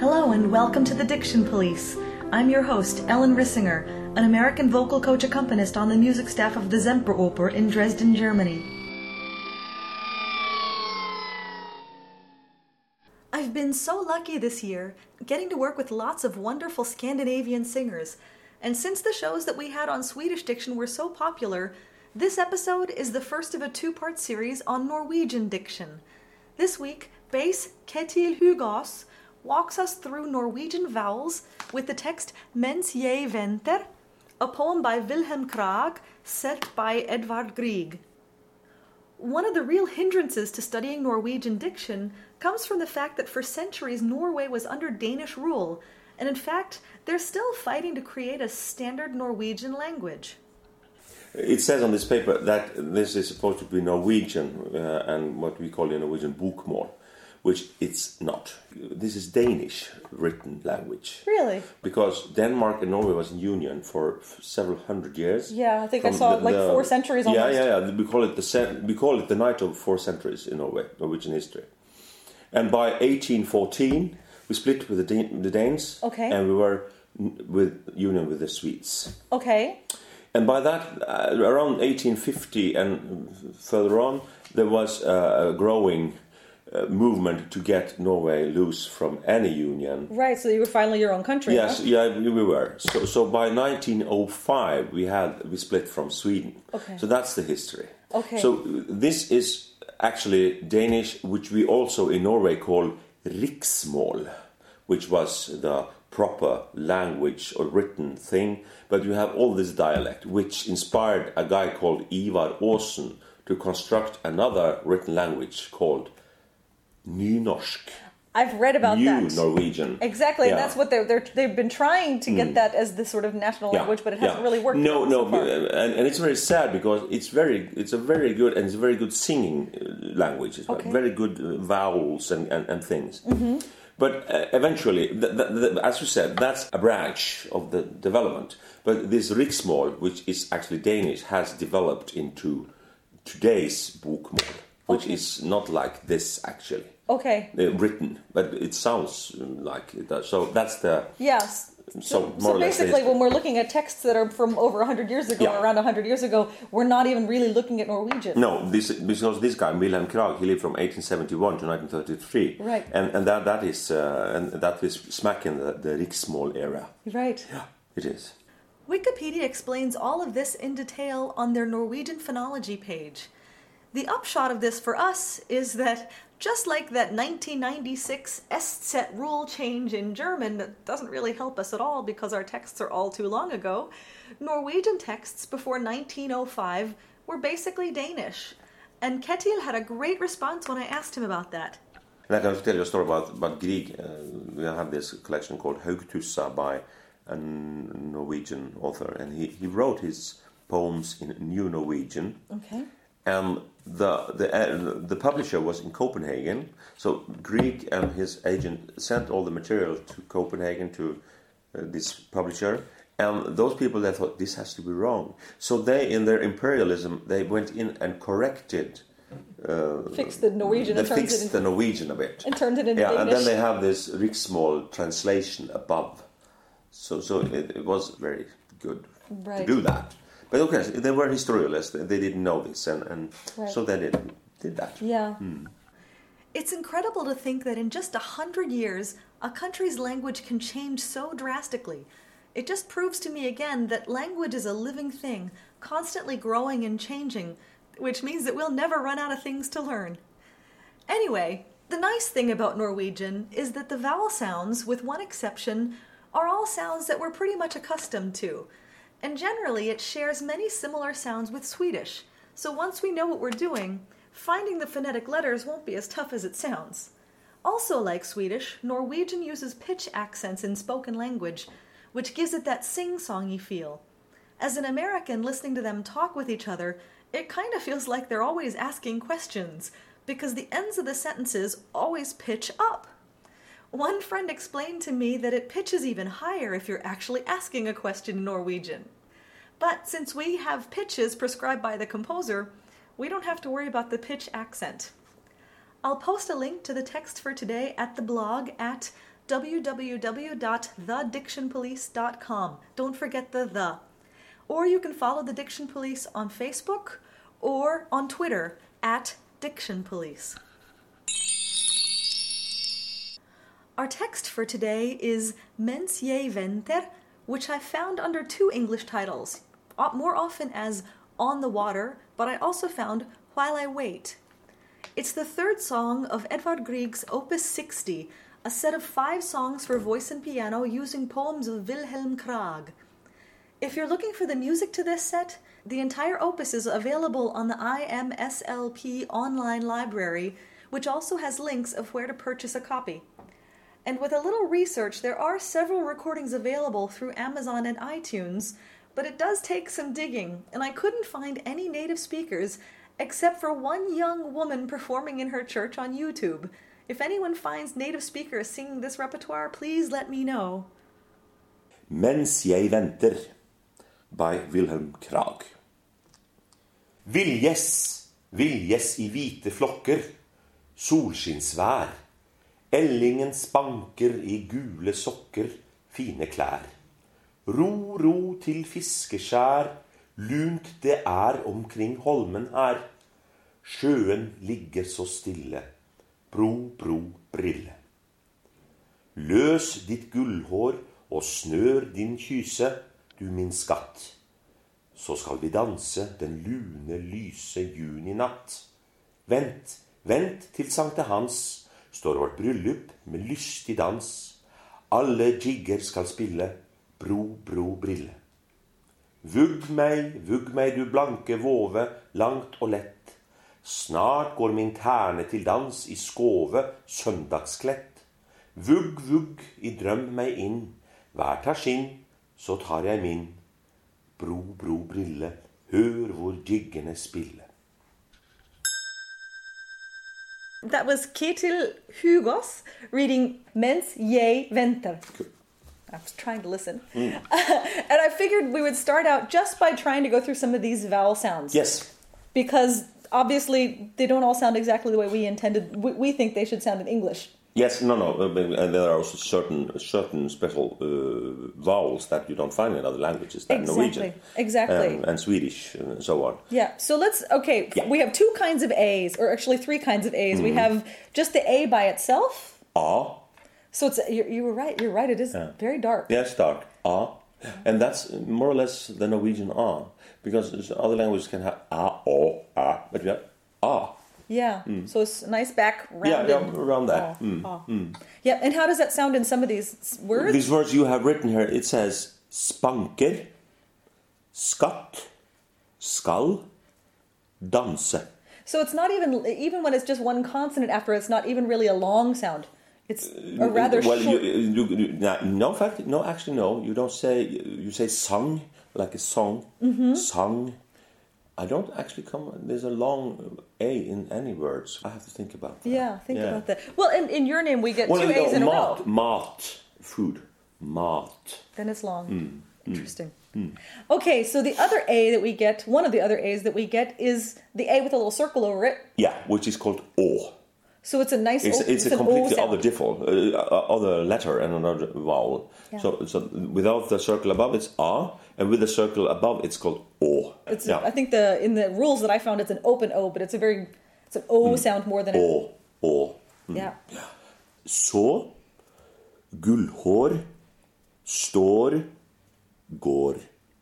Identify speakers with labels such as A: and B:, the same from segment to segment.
A: Hello and welcome to the Diction Police. I'm your host, Ellen Rissinger, an American vocal coach accompanist on the music staff of the Semperoper in Dresden, Germany. I've been so lucky this year, getting to work with lots of wonderful Scandinavian singers. And since the shows that we had on Swedish diction were so popular, this episode is the first of a two part series on Norwegian diction. This week, bass Ketil Hugås walks us through Norwegian vowels with the text Mens jeg venter, a poem by Wilhelm Krag, set by Edvard Grieg. One of the real hindrances to studying Norwegian diction comes from the fact that for centuries Norway was under Danish rule, and in fact, they're still fighting to create a standard Norwegian language.
B: It says on this paper that this is supposed to be Norwegian uh, and what we call in Norwegian bokmål, which it's not. This is Danish written language.
A: Really?
B: Because Denmark and Norway was in union for f- several hundred years.
C: Yeah, I think I
B: From
C: saw, like, four centuries
B: Yeah,
C: almost.
B: yeah, yeah. We call it the cen- we call it the night of four centuries in Norway, Norwegian history. And by 1814, we split with the, Dan- the Danes.
C: Okay.
B: And we were n- with union with the Swedes.
C: Okay.
B: And by that, uh, around 1850 and further on, there was uh, a growing uh, movement to get Norway loose from any union.
C: Right, so you were finally your own country.
B: Yes,
C: huh?
B: yeah, we we were. So, so by 1905, we had we split from Sweden.
C: Okay.
B: So that's the history.
C: Okay.
B: So uh, this is actually Danish, which we also in Norway call riksmål, which was the proper language or written thing. But you have all this dialect, which inspired a guy called Ivar Aasen to construct another written language called Nynorsk,
C: I've read about
B: New
C: that.
B: Norwegian.
C: Exactly, and
B: Yeah. Mm.
C: that's what they're, they're they've been trying to get that as this sort of national
B: Yeah,
C: language, but it hasn't
B: yeah.
C: really worked.
B: No,
C: out
B: no, uh,
C: so far.
B: and, and it's very sad because it's very, it's a very good and it's a very good singing uh, language. It's
C: Okay. Mm-hmm.
B: very good uh, vowels and and, and things. But uh, eventually, th- th- th- as you said, that's a branch of the development. But this riksmål, which is actually Danish, has developed into today's bokmål, which is not like this actually
C: okay.
B: uh, written, but it sounds um, like it does. So that's the
C: Yes.
B: so more
C: So
B: or less the
C: basically, when we're looking at texts that are from over 100 years ago,
B: Yeah.
C: or around 100 years ago, we're not even really looking at Norwegian.
B: No, this because this guy Wilhelm Krag, he lived from 1871 to 1933.
C: Right.
B: And and that that is uh, and that is smack in the, the Riksmål era.
C: Right.
B: It is.
A: Wikipedia explains all of this in detail on their Norwegian phonology page. The upshot of this for us is that just like that 1996 Estzet rule change in German that doesn't really help us at all because our texts are all too long ago, Norwegian texts before 1905 were basically Danish. And Ketil had a great response when I asked him about that.
B: And I can tell you a story about about Grieg. Uh, we have this collection called Haugtussa by a Norwegian author, and he, he wrote his poems in New Norwegian.
C: Okay.
B: and Um, the the uh, the publisher was in Copenhagen. So Grieg and his agent sent all the material to Copenhagen to uh, this publisher, and those people they thought this has to be wrong. So they, in their imperialism, they went in and corrected.
C: Fix the Norwegian
B: They
C: and turns
B: fixed
C: it
B: the
C: into.
B: Norwegian a bit,
C: and turned it into
B: yeah, and then
C: Danish.
B: they have this Riksmål translation above. So, so it, it was very good to
C: Right.
B: do that. But okay, they were historialists; they they didn't know this, and, and so they Hmm. did did that.
C: yeah.
A: It's incredible to think that in just a hundred years, a country's language can change so drastically. It just proves to me again that language is a living thing, constantly growing and changing, which means that we'll never run out of things to learn. Anyway, the nice thing about Norwegian is that the vowel sounds, with one exception, are all sounds that we're pretty much accustomed to. And generally, it shares many similar sounds with Swedish. So once we know what we're doing, finding the phonetic letters won't be as tough as it sounds. Also, like Swedish, Norwegian uses pitch accents in spoken language, which gives it that sing songy feel. As an American listening to them talk with each other, it kind of feels like they're always asking questions, because the ends of the sentences always pitch up. One friend explained to me that it pitches even higher if you're actually asking a question in Norwegian. But since we have pitches prescribed by the composer, we don't have to worry about the pitch accent. I'll post a link to the text for today at the blog at www.thedictionpolice.com. Don't forget the the. Or you can follow the Diction Police on Facebook or on Twitter at Diction Police. Our text for today is Mens je venter, which I found under two English titles, o- more often as On the Water, but I also found While I Wait. It's the third song of Edvard Grieg's Opus 60, a set of five songs for voice and piano using poems of Wilhelm Krag. If you're looking for the music to this set, the entire opus is available on the IMSLP online library, which also has links of where to purchase a copy. And with a little research, there are several recordings available through Amazon and iTunes, but it does take some digging, and I couldn't find any native speakers except for one young woman performing in her church on YouTube. If anyone finds native speakers singing this repertoire, please let me know.
B: Mens jeg venter by Wilhelm Krag. Viljes, viljes i hvite flokker, solskinnsvær. Ellingen spanker i gule sokker, fine klær. Ro, ro til fiskeskjær, lunt det er omkring holmen her. Sjøen ligger så stille, bro, bro, brille. Løs ditt gullhår og snør din kyse, du min skatt. Så skal vi danse den lune, lyse juninatt. Vent, vent til sankthans står vårt bryllup med lystig dans. Alle jigger skal spille, bro, bro, brille. Vugg meg, vugg meg, du blanke våve, langt og lett. Snart går min terne til dans i skåve, søndagsklett. Vugg, vugg, i drøm meg inn. Hver tar sin, så tar jeg min. Bro, bro, brille, hør hvor jiggene spiller.
C: That was Ketil Hugos reading Mens jeg venter. I was trying to listen. and I figured we would start out just by trying to go through some of these vowel sounds.
B: Yes.
C: Because obviously they don't all sound exactly the way we intended. We, we think they should sound in English.
B: Yes, no, no, uh, and there are also certain certain special uh, vowels that you don't find in other languages, like
C: Exactly,
B: Norwegian,
C: exactly.
B: um, and Swedish, and so on.
C: Yeah. So let's okay.
B: Yeah. Mm-hmm.
C: We have two kinds of A's, or actually three kinds of A's. We have just the A by itself.
B: A,
C: So it's you, you were right. You're right. It is very dark.
B: yes, dark A, and that's more or less the Norwegian A, because other languages can have A, O, A, but we have A.
C: Yeah. So it's nice back
B: Yeah,
C: rounded.
B: Mm. yeah, Mm. around that.
C: Oh, oh. Yeah. And how does that sound in some of these s- words?
B: These words you have written here, it says spanker, skatt, skal, danse.
C: So it's not even even when it's just one consonant after. It's not even really a long sound. It's a rather
B: well,
C: short.
B: You, you, you, no, no, fact, no, actually, no. You don't say. You say sung like a song.
C: Mm-hmm.
B: Sung. I don't actually come. There's a long a in any words. I have to think about that.
C: yeah. Think
B: Yeah.
C: about that. Well, in, in your name we get
B: Well,
C: two
B: no,
C: A's in a row.
B: mat, mat, food, mat.
C: Then it's long.
B: Hmm.
C: Interesting. Okay, so the other A that we get, one of the other A's that we get is the A with a little circle over it.
B: Yeah, which is called o.
C: So it's a nice.
B: It's,
C: o-
B: it's, a
C: an O
B: completely
C: sound.
B: other different, uh, other letter and another vowel.
C: Yeah.
B: So, so without the circle above, it's a, and with the circle above, it's called o.
C: It's I think the in the rules that I found it's an open O, but it's a very it's an O sound more than an
B: Hmm. o, Hmm. o.
C: yeah.
B: Så gullhår står går.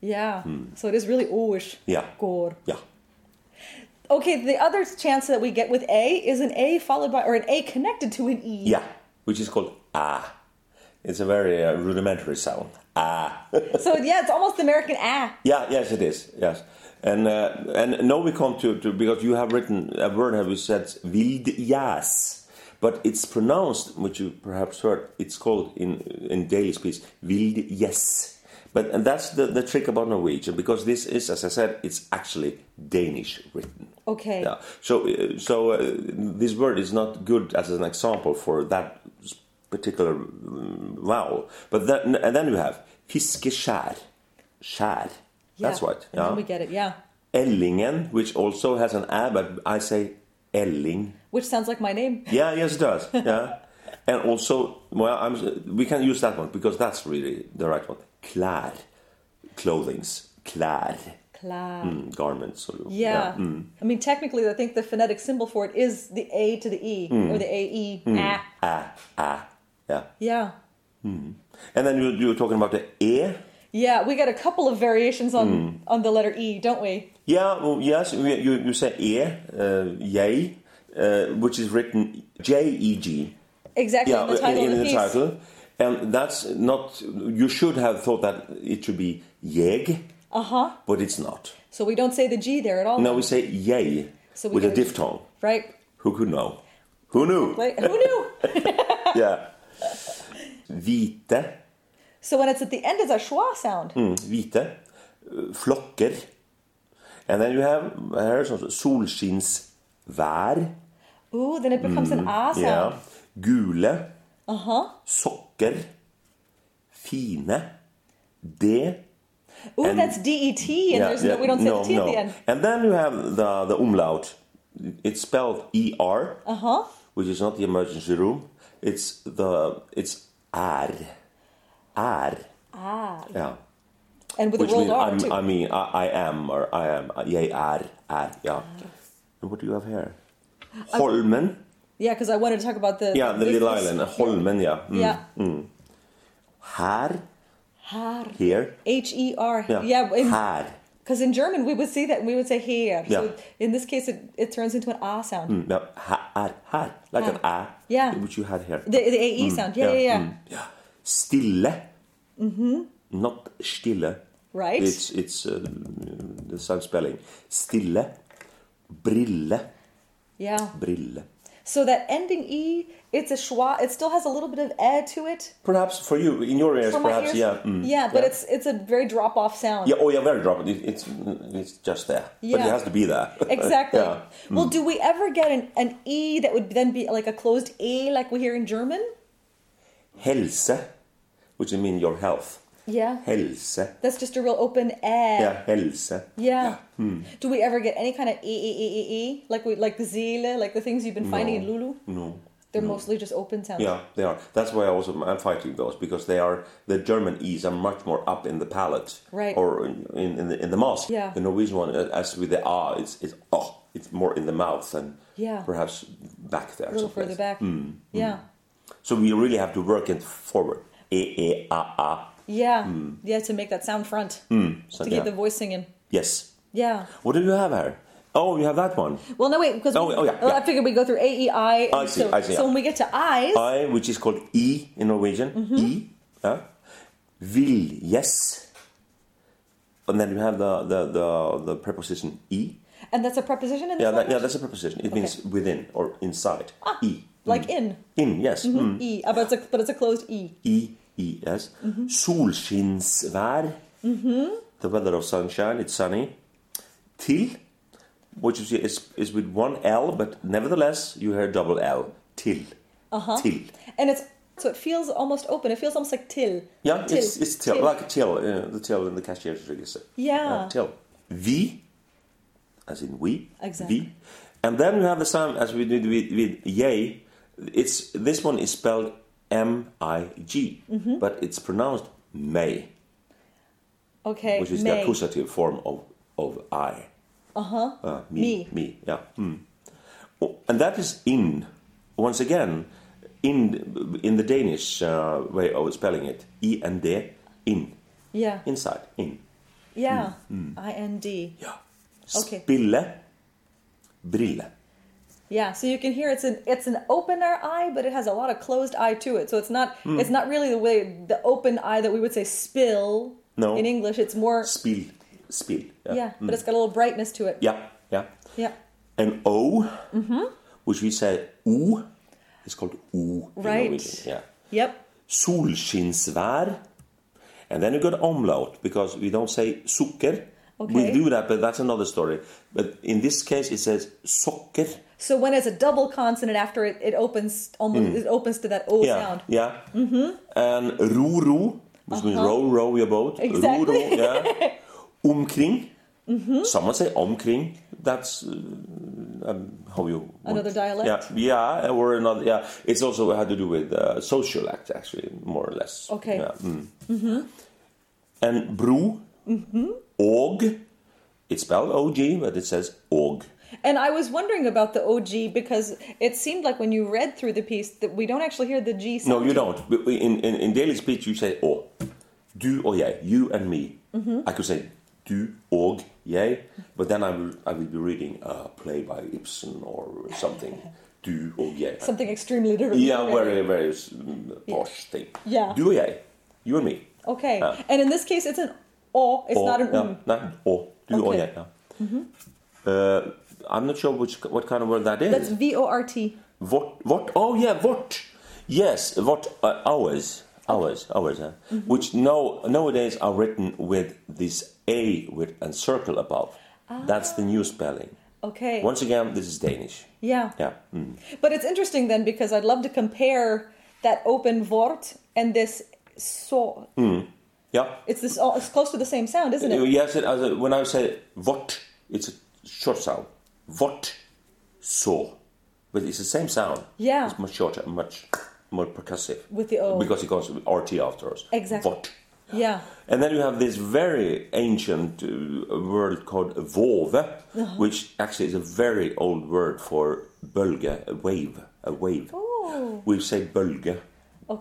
C: Yeah. So it is really oish.
B: Hmm. Yeah.
C: Gor.
B: Ja.
C: Okay, the other chance that we get with A is an A followed by or an A connected to an E.
B: Ja. Which is called a. It's a very uh, rudimentary sound. A.
C: So yeah, it's almost American ah.
B: Yeah, yes, it is. Yes. And uh, and now we come to, to because you have written a word have you said vildjäs, but it's pronounced, which you perhaps heard, it's called in in daily speech vildjäs. But and that's the, the trick about Norwegian because this is, as I said, it's actually Danish written.
C: Okay.
B: Yeah. So uh, so uh, this word is not good as an example for that s- particular um, vowel. But then and then you have fiskeskjær, skjær.
C: Yeah.
B: That's right.
C: And then we get it, yeah.
B: Ellingen, which also has an a, but I say elling.
C: Which sounds like my name.
B: Yeah, yes, it does. Yeah. And also, well, I'm, we can use that one because that's really the right one. Klær. Clothings. Klær.
C: Klar.
B: Mm, garments. Sort of.
C: Yeah.
B: Mm.
C: I mean, technically, I think the phonetic symbol for it is the A to the E
B: Mm.
C: or the A E. Ah.
B: Ah, ah. Yeah.
C: Yeah.
B: And then you, you were talking about the E.
C: Yeah, we got a couple of variations on
B: Mm.
C: on the letter E, don't we?
B: Yeah, well, yes, you, you you say E, uh, yay, uh, which is written J E G.
C: Exactly
B: Yeah,
C: in the title
B: in,
C: of the,
B: the
C: piece.
B: title. And that's not, you should have thought that it should be jeg,
C: Uh huh.
B: but it's not.
C: So we don't say the G there at all.
B: Now we say yay
C: So we
B: with a
C: go-
B: diphthong.
C: Right?
B: Who could know? Who knew?
C: Like, who knew?
B: Yeah. Vite,
C: so when it's at the end, it's a schwa sound.
B: mm, vite, uh, flokker. And then you have, here's also solskinnsvær.
C: Ooh, then it becomes an ah
B: Mm. Yeah.
C: sound.
B: Gule.
C: Uh huh.
B: Sokker. Fine. Det.
C: Ooh,
B: And-
C: that's D E T, and
B: Yeah,
C: there's
B: yeah,
C: no, we don't say
B: no,
C: the T
B: no.
C: at the end.
B: And then you have the, the umlaut. It's spelled ER,
C: Uh huh.
B: which is not the emergency room. It's the, it's er. Er.
C: Ah.
B: Yeah.
C: And with
B: Which
C: the rolled
B: means
C: R,
B: I'm,
C: too.
B: I mean, I, I am, or I am, uh, yay, er, er, yeah. And what do you have here? Holmen.
C: yeah, because I wanted to talk about the.
B: Yeah, the
C: this-
B: little
C: this-
B: island. Holmen, yeah. Mm.
C: Yeah.
B: Her,
C: Har.
B: here.
C: H E R.
B: Yeah.
C: Yeah. in-
B: Her.
C: Because in German, we would see that and we would say here.
B: Yeah. Mm.
C: So in this case, it, it turns into an ah sound.
B: No, ha, ar, har, like an a,
C: Yeah.
B: which you had here.
C: The, the AE sound. Yeah, yeah, yeah.
B: mm, yeah. Stille. Mm-hmm. Not stille.
C: Right?
B: It's it's uh, the same spelling. Stille. Brille.
C: yeah.
B: Brille.
C: So that ending E, it's a schwa. It still has a little bit of eh to it.
B: Perhaps for you in your ears,
C: for my
B: perhaps
C: ears.
B: yeah. mm,
C: yeah, but it's it's a very drop off sound.
B: yeah. Oh yeah, very drop. It, it's it's just there, but it
C: Yeah.
B: has to be there.
C: Exactly.
B: yeah. Mm.
C: Well, do we ever get an, an E that would then be like a closed A like we hear in German?
B: Helse, which means your health.
C: Yeah.
B: Helse.
C: That's just a real open eh.
B: Yeah, helse.
C: Yeah.
B: Hmm.
C: Do we ever get any kind of e e e e e like we like the zele, like the things you've been finding in Lulu?
B: No.
C: They're mostly just open sounds.
B: Yeah, they are. That's why I also I'm fighting those because they are the German E's are much more up in the palate,
C: Right.
B: Or in, in, in the in the mouth.
C: Yeah.
B: The Norwegian one, uh, as with the ah, it's it's oh, it's more in the mouth and
C: Yeah.
B: perhaps back there.
C: A little
B: someplace.
C: further back.
B: Hmm.
C: Yeah.
B: So we really have to work it forward. E e ah ah.
C: Yeah. Yeah, to make that sound front.
B: So,
C: To
B: Hmm. yeah.
C: get the voice singing.
B: yes.
C: Yeah.
B: What do you have here? Oh, you have that one.
C: Well, no, wait, because
B: Oh,
C: we-
B: oh, yeah,
C: well,
B: yeah.
C: I figured we go through A, E, I.
B: I
C: and
B: see,
C: so,
B: I see,
C: So
B: yeah. Oh.
C: when we get to eyes,
B: I, which is called E in Norwegian, E. Yeah. Vil, yes. And then you have the, the, the, the preposition E.
C: and that's a preposition in this
B: Yeah, that,
C: language?
B: yeah, that's a preposition. It means within or inside. E.
C: Like in.
B: In, yes. Mm.
C: E. Uh, but, it's a, but it's a closed E.
B: E, E, yes. Solskinnsvær. The weather of sunshine, it's sunny. Til, which you see is, is with one L, but nevertheless you hear double L. Til.
C: Uh-huh.
B: Til.
C: And it's. So it feels almost open. It feels almost like till.
B: Yeah,
C: Till.
B: it's, it's till, like a till, uh, the till in the cashier's register.
C: Yeah.
B: Uh, till. Vi, as in we.
C: Exactly.
B: Vi. And then you have the same as we did with, with yay. It's, this one is spelled M I G,
C: Mm-hmm.
B: but it's pronounced may,
C: Okay.
B: which is the
C: may.
B: accusative form of, of I.
C: Uh-huh.
B: Uh, me,
C: Me.
B: yeah. mm. Oh, And that is in, once again, in, in the Danish uh, way of spelling it, E and D, in
C: Yeah.
B: inside, in.
C: Yeah.
B: Hmm.
C: I N D.
B: Yeah.
C: Okay.
B: Spille, brille.
C: Yeah, so you can hear it's an it's an opener eye, but it has a lot of closed eye to it. So it's not
B: Hmm.
C: it's not really the way the open eye that we would say spill
B: No.
C: in English. It's more
B: Spill, spill. Mm.
C: yeah, but it's got a little brightness to it.
B: yeah, yeah.
C: Yeah.
B: An O,
C: Mm-hmm.
B: which we say O, is called O. in
C: Right.
B: Norwegian, Yeah.
C: Yep.
B: Solskinnsvær. And then you got omlaut because we don't say sukker. We
C: Okay.
B: do that, but that's another story. But in this case, it says socker.
C: So when it's a double consonant after it, it opens almost it opens to that O
B: Hmm. Yeah,
C: sound. Mm-hmm.
B: yeah. And ruru, which means row, row your boat.
C: Exactly.
B: Ruru,
C: Mm-hmm.
B: yeah. Omkring. Someone say omkring. That's uh, um, how you want-
C: Another dialect?
B: Yeah, yeah, or another. Yeah, it's also had to do with uh, social act, actually, more or less.
C: Okay. Mm-hmm.
B: Yeah. Mm. And bro, og. It's spelled og, but it says og.
C: And I was wondering about the OG because it seemed like when you read through the piece that we don't actually hear the G sound.
B: No, you don't. But we- In, in, in daily speech, you say å. Du og jeg. You and me.
C: Mm-hmm.
B: I could say du og jeg, but then I will, I will be reading a play by Ibsen or something. du og jeg.
C: Something extremely different.
B: yeah, very, very mm, posh thing.
C: Yeah.
B: Du og jeg. You and me.
C: Okay.
B: Yeah.
C: And in this case, it's an O, it's
B: Å,
C: not an
B: yeah,
C: um.
B: no, å. Du og
C: Okay. Mm-hmm.
B: jeg. Yeah. Uh, I'm not sure which what kind of word that is.
C: That's V O R T.
B: What? What? Oh yeah, what? Yes, what? Uh, hours, hours, hours. Huh?
C: Mm-hmm.
B: Which now nowadays are written with this a with and circle above. That's the new spelling.
C: Okay.
B: Once again, this is Danish.
C: Yeah.
B: Yeah. mm.
C: But it's interesting then because I'd love to compare that open Wort and this so.
B: Yeah.
C: It's this. It's close to the same sound, isn't
B: Uh,
C: it?
B: Yes, it, as a, when I say what, it's a short sound. What, so, but it's the same sound.
C: Yeah.
B: It's much shorter, much more percussive.
C: With the O.
B: Because it goes with RT afterwards.
C: Exactly.
B: What.
C: Yeah.
B: And then you have this very ancient uh, word called vove,
C: Uh-huh.
B: which actually is a very old word for bölge, a wave, a wave.
C: Oh. Uh-huh.
B: We say bölge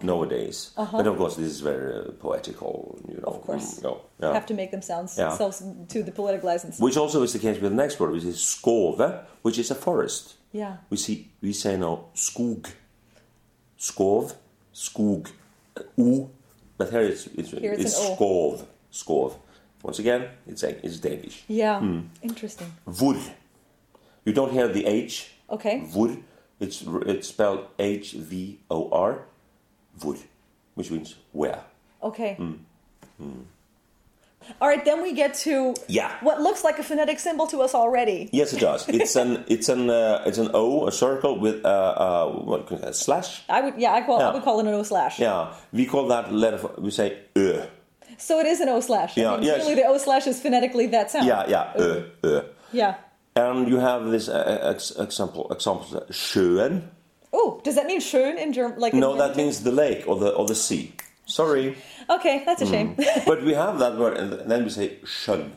B: nowadays, but of course this is very uh, poetical, you know.
C: Of course.
B: mm, no, yeah.
C: Have to make them sound
B: Yeah.
C: selves to the politic license.
B: Which also is the case with the next word, which is skove, which is a forest.
C: Yeah.
B: We see we say now skog, skov, skog, uh, o, but here it's it's,
C: Here it's an o.
B: skov, skov. Once again, it's a- it's Danish.
C: Yeah.
B: Hmm.
C: Interesting.
B: Vur. You don't hear the h.
C: Okay.
B: Vur. It's it's spelled h v o r, vur, which means where.
C: Okay.
B: Hmm.
C: All right, then we get to
B: Yeah.
C: what looks like a phonetic symbol to us already.
B: Yes, it does. It's an it's an uh, it's an O, a circle with a, uh what can I- a slash.
C: I would, yeah, I call, I
B: Yeah.
C: would call it an O slash.
B: Yeah, we call that letter. For, we say uh. ö.
C: So it is an O slash. I
B: Yeah,
C: mean,
B: yes.
C: Really, the O slash is phonetically that sound.
B: Yeah, yeah, uh, ö, ö.
C: Yeah.
B: And you have this uh, ex- example example sjøen.
C: Oh, does that mean schön in German? Like in
B: No, that
C: German?
B: means the lake or the or the sea. Sorry,
C: Okay, that's a
B: Hmm.
C: shame.
B: but we have that word, and then we say sjøn.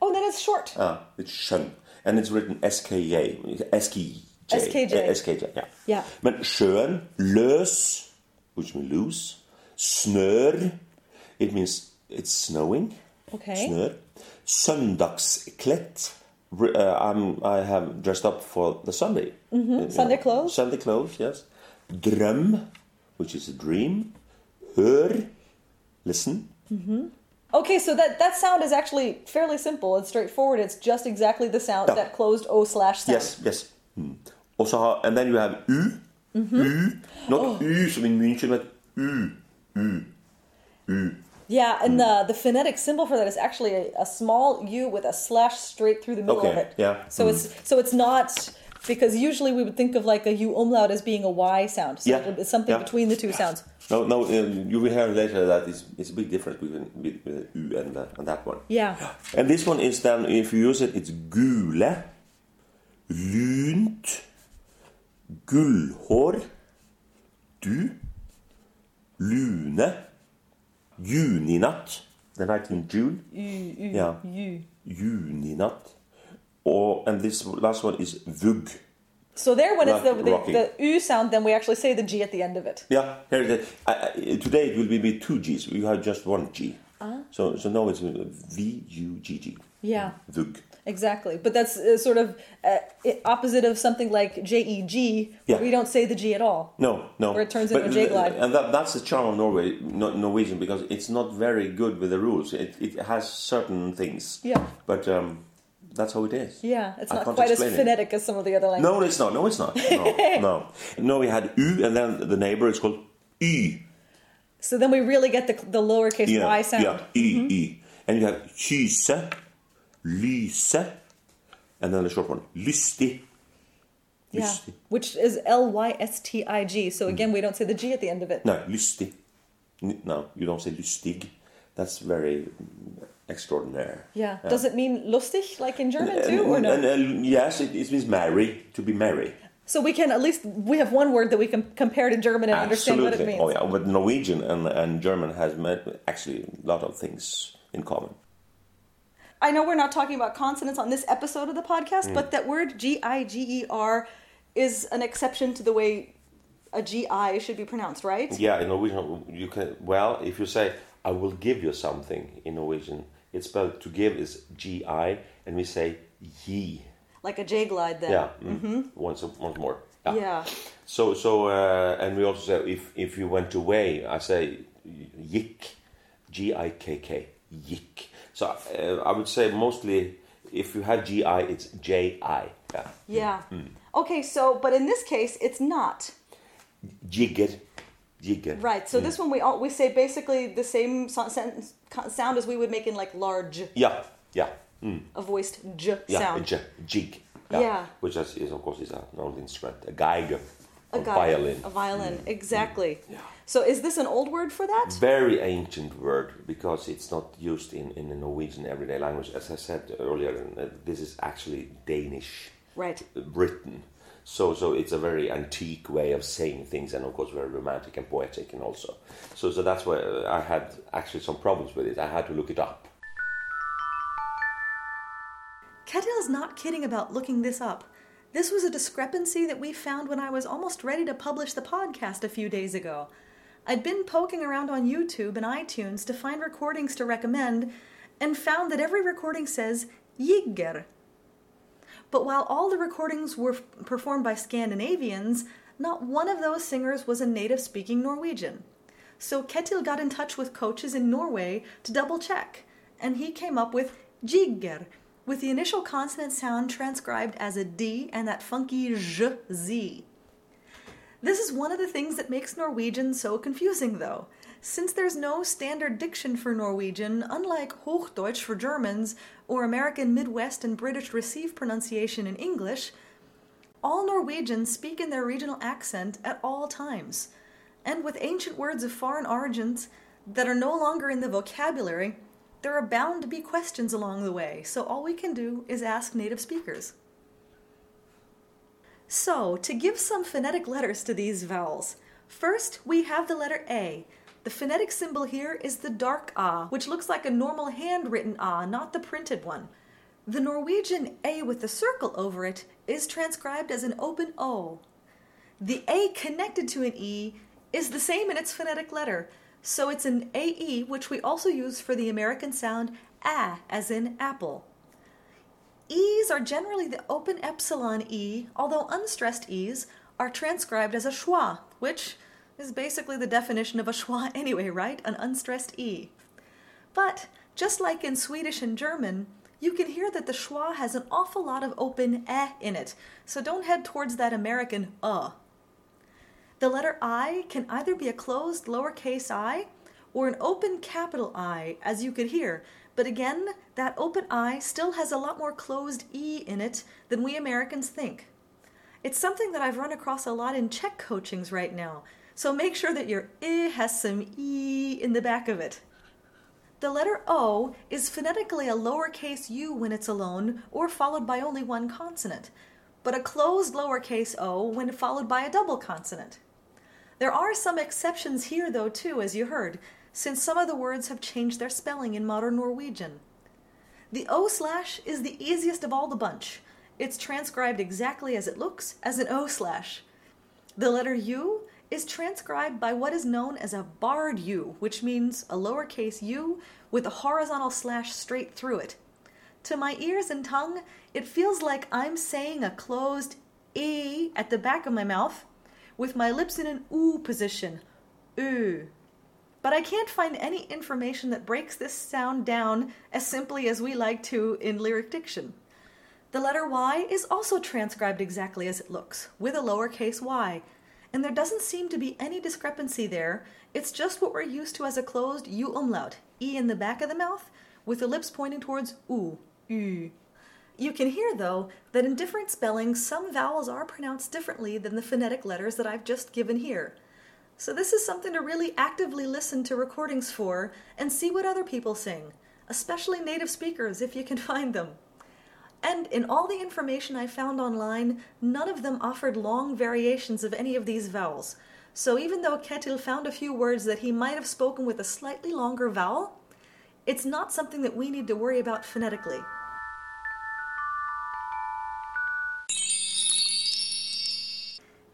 C: oh, then it's short.
B: Ah, it's sjøn, and it's written S K J S K J
C: SKJ.
B: Eh, SKJ, Yeah.
C: Yeah.
B: Men sjøen, løs, which means loose. Snør, it means it's snowing.
C: Okay.
B: Snør. Søndagsklett. Re- uh, I'm, I have dressed up for the Sunday. You know,
C: Sunday clothes?
B: Sunday clothes, yes. Drøm, which is a dream. Hør, listen.
C: Okay, so that, that sound is actually fairly simple and straightforward. It's just exactly the sound,
B: Yeah.
C: that closed O slash sound.
B: Oh. Yes, yes. Mm. Og så har, and then you have U. U. Not U som i München, but U.
C: Yeah,
B: Hmm.
C: and the, the phonetic symbol for that is actually a, a small U with a slash straight through the middle
B: Okay,
C: of it.
B: yeah. Hmm.
C: So it's so it's not because usually we would think of like a U umlaut as being a Y sound. So
B: Yeah,
C: it- it's something
B: yeah.
C: between the two sounds.
B: No, no. Um, you will hear later that it's, it's a big difference between with, with U and, uh, and that one.
C: Yeah.
B: And this one is then if you use it, it's gule, lunt, gullhår, du, lune, juninatt. The night in June. yeah.
C: U.
B: Juninatt. Or and this last one is vug.
C: So there when it's the,
B: Like rocking.
C: the, the U sound, then we actually say the G at the end of it.
B: Yeah, here it is. I, I, today it will be with two G's. You have just one G. So so now it's V U G G.
C: Yeah.
B: Vug.
C: Exactly. But that's uh, sort of uh, i- opposite of something like J E G.
B: Yeah.
C: We don't say the G at all.
B: No, no.
C: Where it turns
B: But
C: into a J-glide.
B: And that, that's the charm of Norway, Nor- Norwegian, because it's not very good with the rules. It, it has certain things.
C: Yeah.
B: But um, that's how it is.
C: Yeah, it's
B: I
C: not
B: can't
C: quite as
B: explain it.
C: phonetic as some of the other languages.
B: No, it's not. No, it's not. No, no. No, we had U, and then the neighbor is called Y.
C: So then we really get the, the lowercase
B: Yeah,
C: y sound.
B: Yeah, y,
C: Mm-hmm.
B: y. And you have kyse, lyse, and then the short one, lystig.
C: Yeah,
B: Lystig.
C: which is L Y S T I G. So again, we don't say the G at the end of it.
B: No, lystig. N- No, you don't say lystig. That's very extraordinary.
C: Yeah. Does it mean lustig, like in German
B: And-
C: too, or no?
B: and- and yes, it, it means marry, to be merry.
C: so we can at least we have one word that we can compare to German and understand what it
B: Absolutely.
C: means.
B: Oh yeah, but Norwegian and, and German has met- actually a lot of things in common.
C: I know we're not talking about consonants on this episode of the podcast, but that word G I G E R is an exception to the way a G I should be pronounced, right?
B: Yeah, in Norwegian you can well if you say I will give you something in Norwegian, it's spelled to give is G I and we say ye.
C: Like a J glide then.
B: Yeah. mm, Once once more.
C: Mm-hmm. Yeah.
B: So so uh, and we also say if if you went away, I say yik, G I K K yik. So uh, I would say mostly if you have G I, it's J I. Yeah.
C: Yeah. Okay, so but in this case it's not.
B: Jigger, jigger.
C: Right. So this one we all we say basically the same so- sentence co- sound as we would make in like large
B: Yeah, yeah,
C: a voiced j
B: yeah.
C: sound.
B: j- jig.
C: Yeah.
B: Which is, is of course is an old instrument, a geiger, a,
C: guy-
B: violin.
C: A Oh. violin,
B: Hmm.
C: exactly. So is this an old word for that?
B: very ancient word because it's not used in, in the Norwegian everyday language. As I said earlier, uh, this is actually Danish,
C: Right.
B: uh, Britain. So, so it's a very antique way of saying things, and of course very romantic and poetic, and also, so so that's where I had actually some problems with it. I had to look it up.
A: Ketil's not kidding about looking this up. This was a discrepancy that we found when I was almost ready to publish the podcast a few days ago. I'd been poking around on YouTube and iTunes to find recordings to recommend and found that every recording says Yigger. But while all the recordings were f- performed by Scandinavians, not one of those singers was a native speaking Norwegian. So Ketil got in touch with coaches in Norway to double check, and he came up with jigger, with the initial consonant sound transcribed as a D and that funky zh z. This is one of the things that makes Norwegian so confusing, though. Since there's no standard diction for Norwegian, unlike Hochdeutsch for Germans or American Midwest and British received pronunciation in English, all Norwegians speak in their regional accent at all times. And with ancient words of foreign origins that are no longer in the vocabulary, there are bound to be questions along the way, so all we can do is ask native speakers. So, to give some phonetic letters to these vowels, first we have the letter A. The phonetic symbol here is the dark ah, which looks like a normal handwritten ah, not the printed one. The Norwegian A with the circle over it is transcribed as an open O. The A connected to an E is the same in its phonetic letter, so it's an AE, which we also use for the American sound ah, as in apple. E's are generally the open epsilon E, although unstressed E's are transcribed as a schwa, which is basically the definition of a schwa anyway, right? An unstressed E. But just like in Swedish and German, you can hear that the schwa has an awful lot of open eh in it, so don't head towards that American uh. The letter I can either be a closed lowercase i or an open capital I, as you could hear. But again, that open I still has a lot more closed E in it than we Americans think. It's something that I've run across a lot in Czech coachings right now, so make sure that your I has some E in the back of it. The letter O is phonetically a lowercase u when it's alone or followed by only one consonant, but a closed lowercase o when followed by a double consonant. There are some exceptions here, though, too, as you heard, since some of the words have changed their spelling in modern Norwegian. The O slash is the easiest of all the bunch. It's transcribed exactly as it looks, as an O slash. The letter U is transcribed by what is known as a barred U, which means a lowercase u with a horizontal slash straight through it. To my ears and tongue, it feels like I'm saying a closed E at the back of my mouth with my lips in an oo position. Oo. But I can't find any information that breaks this sound down as simply as we like to in lyric diction. The letter Y is also transcribed exactly as it looks, with a lowercase y. And there doesn't seem to be any discrepancy there. It's just what we're used to as a closed U umlaut, E in the back of the mouth, with the lips pointing towards U. U. You can hear, though, that in different spellings, some vowels are pronounced differently than the phonetic letters that I've just given here. So, this is something to really actively listen to recordings for and see what other people sing, especially native speakers if you can find them. And in all the information I found online, none of them offered long variations of any of these vowels. So, even though Ketil found a few words that he might have spoken with a slightly longer vowel, it's not something that we need to worry about phonetically.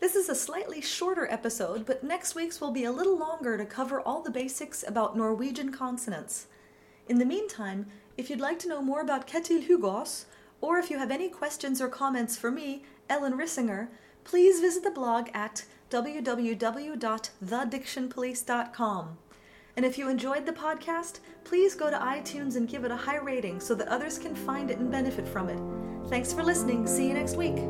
A: This is a slightly shorter episode, but next week's will be a little longer to cover all the basics about Norwegian consonants. In the meantime, if you'd like to know more about Ketil Hugos, or if you have any questions or comments for me, Ellen Rissinger, please visit the blog at www.thedictionpolice.com. And if you enjoyed the podcast, please go to iTunes and give it a high rating so that others can find it and benefit from it. Thanks for listening. See you next week.